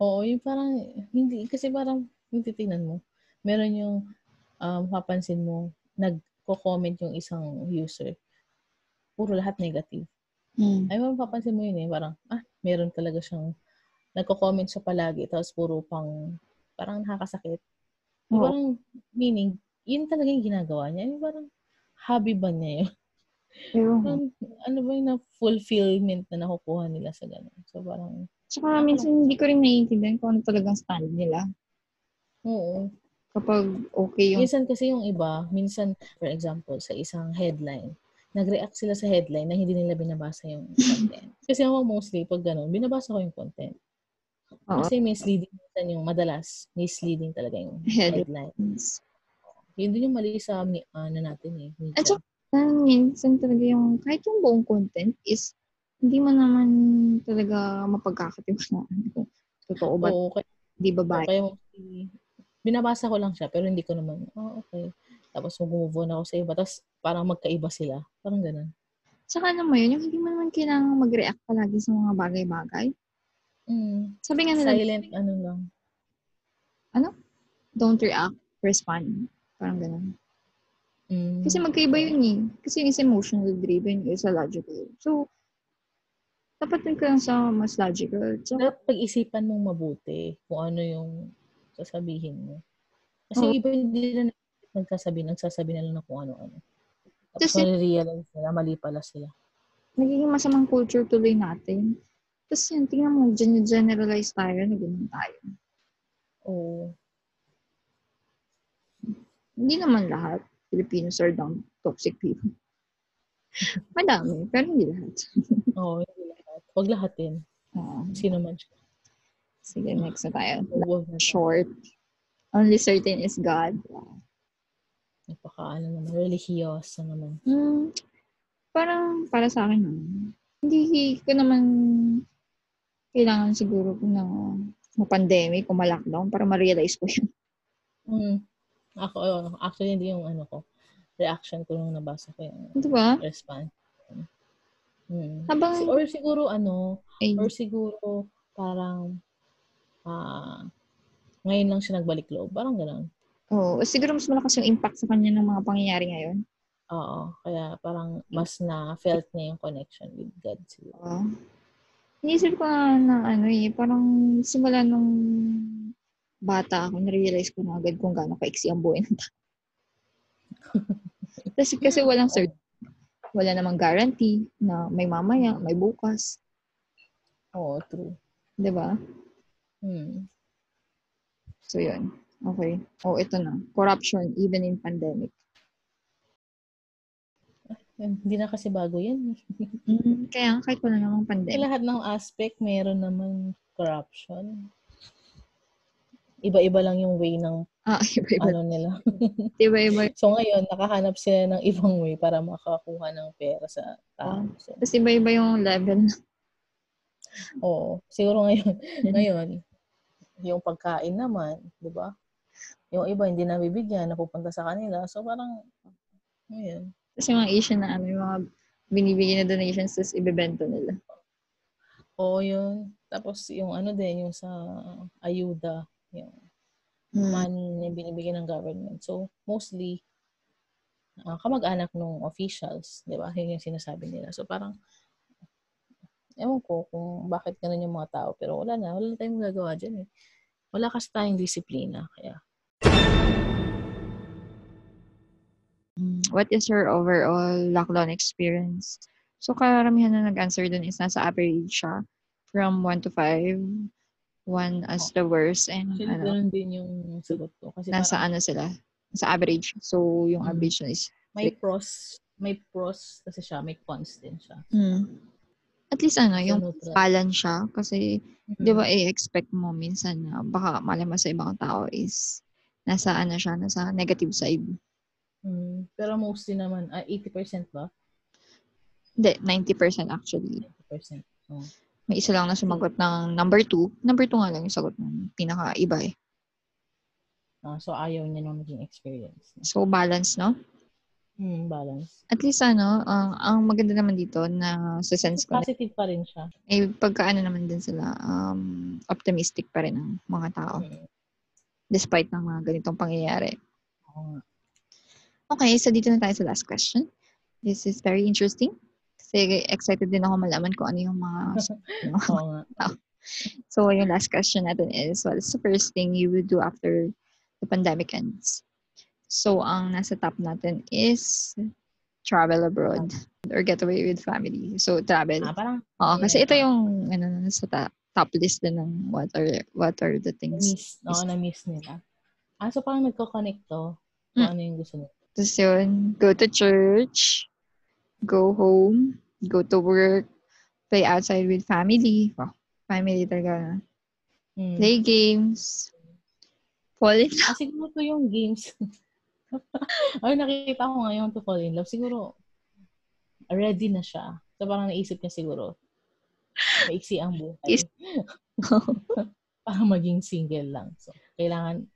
Oo. Yung parang hindi. Kasi parang yung titingnan mo. Meron yung um, papansin mo nagko-comment yung isang user. Puro lahat negative. Mm. Ay, mapapansin mo yun eh. Parang, ah, meron talaga siyang nagko-comment siya palagi tapos puro pang parang nakakasakit. Yung Oo. Parang meaning, yun talaga yung ginagawa niya. Yung parang hobby ba niya yun? Pero, Parang, ano ba yung na-fulfillment na nakukuha nila sa ganun? So parang, Tsaka minsan hindi ko rin naiintindihan kung ano talagang stand nila. oo. Kapag okay yung... Minsan kasi yung iba, minsan, for example, sa isang headline, nag-react sila sa headline na hindi nila binabasa yung content. Kasi ako mostly, pag ganun, binabasa ko yung content. Oo. Kasi misleading minsan yung madalas, misleading talaga yung Headlines. headline. Yun din yung mali sa mi- ano natin eh. media. At saka, minsan talaga yung... Kahit yung buong content is hindi mo naman talaga mapagkakatiwalaan kung totoo ba, Oo, kaya, di ba ba? kaya mostly, binabasa ko lang siya pero hindi ko naman, oh okay. Tapos mag-move on ako sa iba. Tapos parang magkaiba sila. Parang ganun. Tsaka alam mo yun, yung hindi mo naman kailangan mag-react palagi sa mga bagay-bagay. Mm. Sabi nga nila, Silent ano lang. don't react, respond. Parang ganun. Mm. Kasi magkaiba yun eh. Kasi yung isa emotional driven, yung isa logical. So, tapatin ka lang sa mas logical. Tsaka, dapat pag-isipan mong mabuti kung ano yung sasabihin mo. Kasi Oo. yung iba hindi na nagsasabi, nagsasabi na lang na kung ano-ano. Tapos Kasi- marirealize nila, mali pala sila. nagiging masamang culture tuloy natin. Tapos yun, tingnan mo, gen- generalize tayo na ganun tayo. Oo. Hindi naman lahat Filipinos are down toxic people. Madami, pero hindi lahat. Oo, hindi lahat. Huwag lahat din. Oo. Sino man siya. sige, next na tayo. Huwag na siya. Short. Only certain is God. Napaka, ano naman, religious naman. Hmm, parang para sa akin, ah, hindi ko naman kailangan siguro ko ng ma-pandemic o ma-lockdown para ma-realize ko yun. Mm. Ako, ayun, actually, hindi yung ano ko, reaction ko nung nabasa ko yung Di ba? response. Mm. Diba? Habang, Or siguro, ano, ay, or siguro, parang, ah, ngayon lang siya nagbalik loob. Parang ganun. oh, siguro mas malakas yung impact sa kanya ng mga pangyayari ngayon. Oo. Kaya parang mas na-felt niya yung connection with God siguro. Oo. Iniisip ko nga na ano eh, parang simula nung bata ako, narealize ko na agad kung gaano kaiksi ang buhay ng tao. Tapos kasi walang cert, wala namang guarantee na may mamaya, may bukas, Oo, true. di ba? Hmm. So yun. Okay. Oh, ito na. Corruption even in pandemic. Yun, Hindi na kasi bago yan. Mm, kaya nga, kahit wala namang Sa pandemic. lahat ng aspect, meron naman corruption. Iba-iba lang yung way ng Ah, iba-iba. ano nila. Iba-iba. So ngayon, nakahanap sila ng ibang way para makakuha ng pera sa tao. So, Tapos iba-iba yung level. oo. Siguro ngayon, ngayon, yung pagkain naman, di ba? Yung iba, hindi nabibigyan, napupunta sa kanila. So parang, ayun. Tapos yung mga Asian na ano, yung mga binibigyan na donations, tapos ibebento nila. Oo, yun. Tapos yung ano din, yung sa ayuda, yung Mm. money na binibigay ng government. So, mostly, ah, kamag-anak ng officials, di ba? Yun yung sinasabi nila. So, parang, ewan ko kung bakit ganun yung mga tao. Pero wala na. Wala na tayong magagawa dyan eh. Wala kasi tayong disiplina. Kaya, Mm. What is your overall lockdown experience? So, karamihan na nag-answer dun is nasa average siya. From 1 to 5. 1 as the worst and actually, ano, ganun din yung sagot ko. Kasi nasa parang, ano sila. Nasa average. So, yung Mm. average na is may pros, may pros kasi siya, may cons din siya. Mm. At least ano, So, yung neutral. balance siya. Kasi, Mm. Mm-hmm. di ba, i-expect mo minsan na baka malaman sa ibang tao is nasa ano siya, nasa negative side. Mm. Pero mostly naman, ah, 80% ba? Hindi, 90% actually. 80%. May isa lang na sumagot ng number 2. Number 2 nga lang yung sagot ng pinaka-iba eh. Ah, so, ayaw niya nung maging experience. So, balance, no? Mm, balance. At least ano, ah, ang maganda naman dito na sa sense ko, Positive pa rin siya. eh, pagkaano naman din sila, um, optimistic pa rin ang mga tao. Mm. Despite ng mga ganitong pangyayari. Oo nga. Okay, so dito na tayo sa last question. This is very interesting. Kasi excited din ako malaman kung ano yung mga... Oo nga. so, yung last question natin is, what's the first thing you would do after the pandemic ends? So, ang nasa top natin is travel abroad or get away with family. So, Ah, travel. parang Oo, kasi ito yeah. yung ano, nasa ta- top list din ng what are, what are the things. miss. Oo, na-miss nila. Ah, so parang nagko-connect to kung Mm. ano yung gusto nila. Tapos yun, go to church, go home, go to work, play outside with family. Wow, family talaga. Mm. Play games, fall in Ah, siguro to yung games. Ay, nakikita ko ngayon to fall in love. Siguro, ready na siya. So parang naisip niya siguro, maiksi ang buhay. Is- parang maging single lang. So, kailangan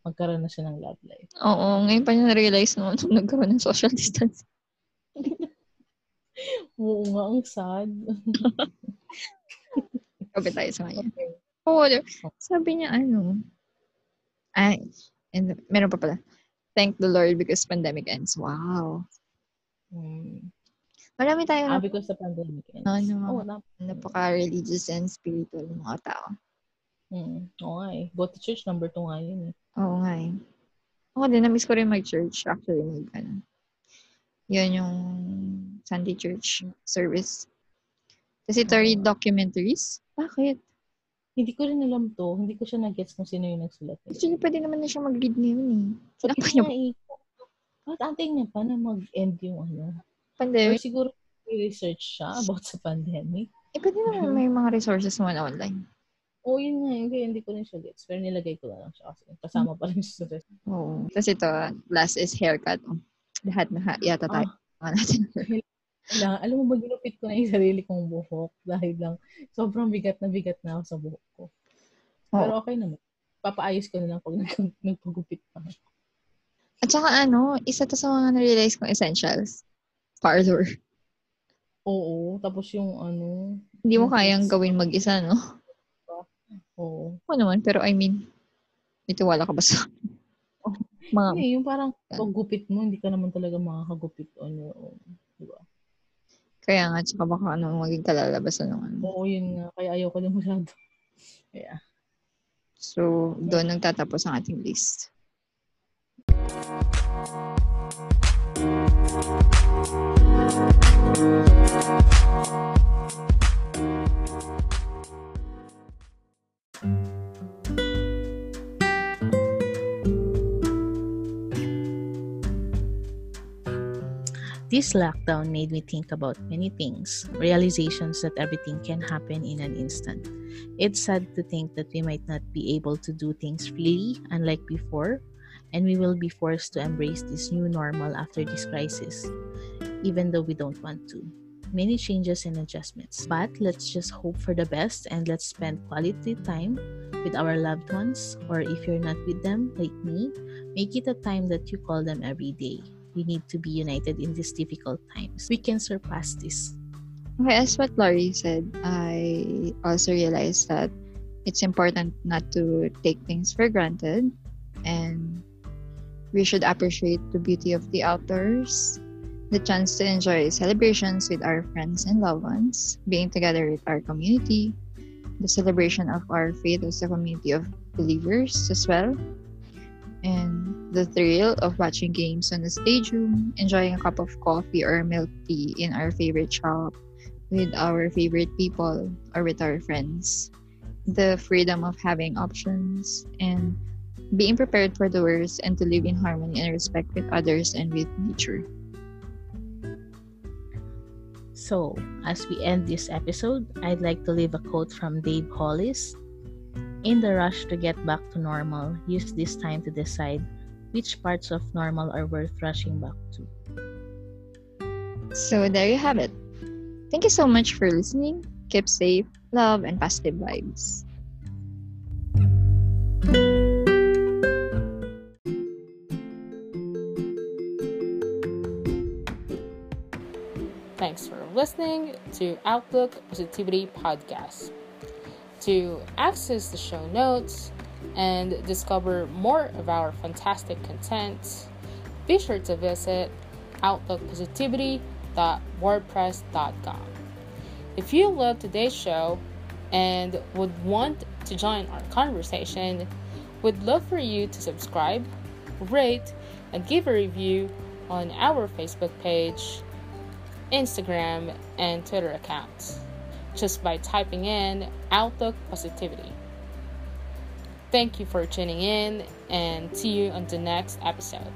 magkaroon na siya ng love life. Oo, ngayon pa niya na-realize no, nung nagkaroon ng social distance. Oo nga, ang sad. Kapit tayo sa kanya. Okay. Oo, oh, sabi niya ano, ay, and, meron pa pala. Thank the Lord because pandemic ends. Wow. Mm. Marami tayong Ah, because the pandemic ends. Oo, yung mga- Oo, na- napaka-religious and spiritual ng mga tao. Mm, oo nga eh. Go to church, number two nga yun eh. Oo nga eh. Ako din, na-miss ko rin mag-church. Actually, mag, ano, yun yung Sunday church service. Kasi ito read documentaries. Bakit? Hindi ko rin alam to. Hindi ko siya nag-gets kung sino yung nagsulat. Eh. Actually, pwede naman na siyang mag-read ngayon eh. Wala pa Kaya yung nga eh. Bakit antayin niya pa na mag-end yung ano? Or pandemic. siguro research siya about sa pandemic. Eh, pwede naman may mga resources naman online. Oo, yun nga. Hindi, hindi ko rin siya gets. Pero nilagay ko na lang siya kasi kasama pa rin siya sa rest. Oo. Tapos ito, last is haircut. Oh, lahat na ha- yata tayo. Ah, Mga natin. Wala. Alam mo ba, ginupit ko na yung sarili kong buhok dahil lang sobrang bigat na bigat na ako sa buhok ko. Pero okay naman. Papaayos ko na lang pag nag- nagpagupit pa. At saka ano, isa to sa mga na-realize kong essentials. Parlor. Oo. Tapos yung ano, Hindi mo Mhm. kayang gawin mag-isa, no? oo. Oo naman, pero I mean, may tiwala ka ba sa mga, Hindi, yung parang Yan. paggupit mo, hindi ka naman talaga makakagupit ano. on your own. kaya nga, tsaka baka ano, maging kalalabasan ng ano. Oo, yun nga. Kaya ayaw ko na masyado. Yeah. So, doon nagtatapos ang ating list. This lockdown made me think about many things, realizations that everything can happen in an instant. It's sad to think that we might not be able to do things freely, unlike before, and we will be forced to embrace this new normal after this crisis, even though we don't want to. Many changes and adjustments, but let's just hope for the best and let's spend quality time with our loved ones, or if you're not with them, like me, make it a time that you call them every day. We need to be united in these difficult times. We can surpass this. Okay, as what Laurie said, I also realized that it's important not to take things for granted and we should appreciate the beauty of the outdoors, the chance to enjoy celebrations with our friends and loved ones, being together with our community, the celebration of our faith as a community of believers as well, and the thrill of watching games on the stadium, enjoying a cup of coffee or milk tea in our favorite shop with our favorite people or with our friends, the freedom of having options, and being prepared for the worst and to live in harmony and respect with others and with nature. So, as we end this episode, I'd like to leave a quote from Dave Hollis In the rush to get back to normal, use this time to decide which parts of normal are worth rushing back to. So there you have it. Thank you so much for listening. Keep safe, love, and positive vibes. Thanks for listening to Outlook Positivity Podcast. To access the show notes and discover more of our fantastic content, be sure to visit outlookpositivity.wordpress.com. If you love today's show and would want to join our conversation, we'd love for you to subscribe, rate, and give a review on our Facebook page Instagram, and Twitter accounts just by typing in Outlook Positivity. Thank you for tuning in and see you on the next episode.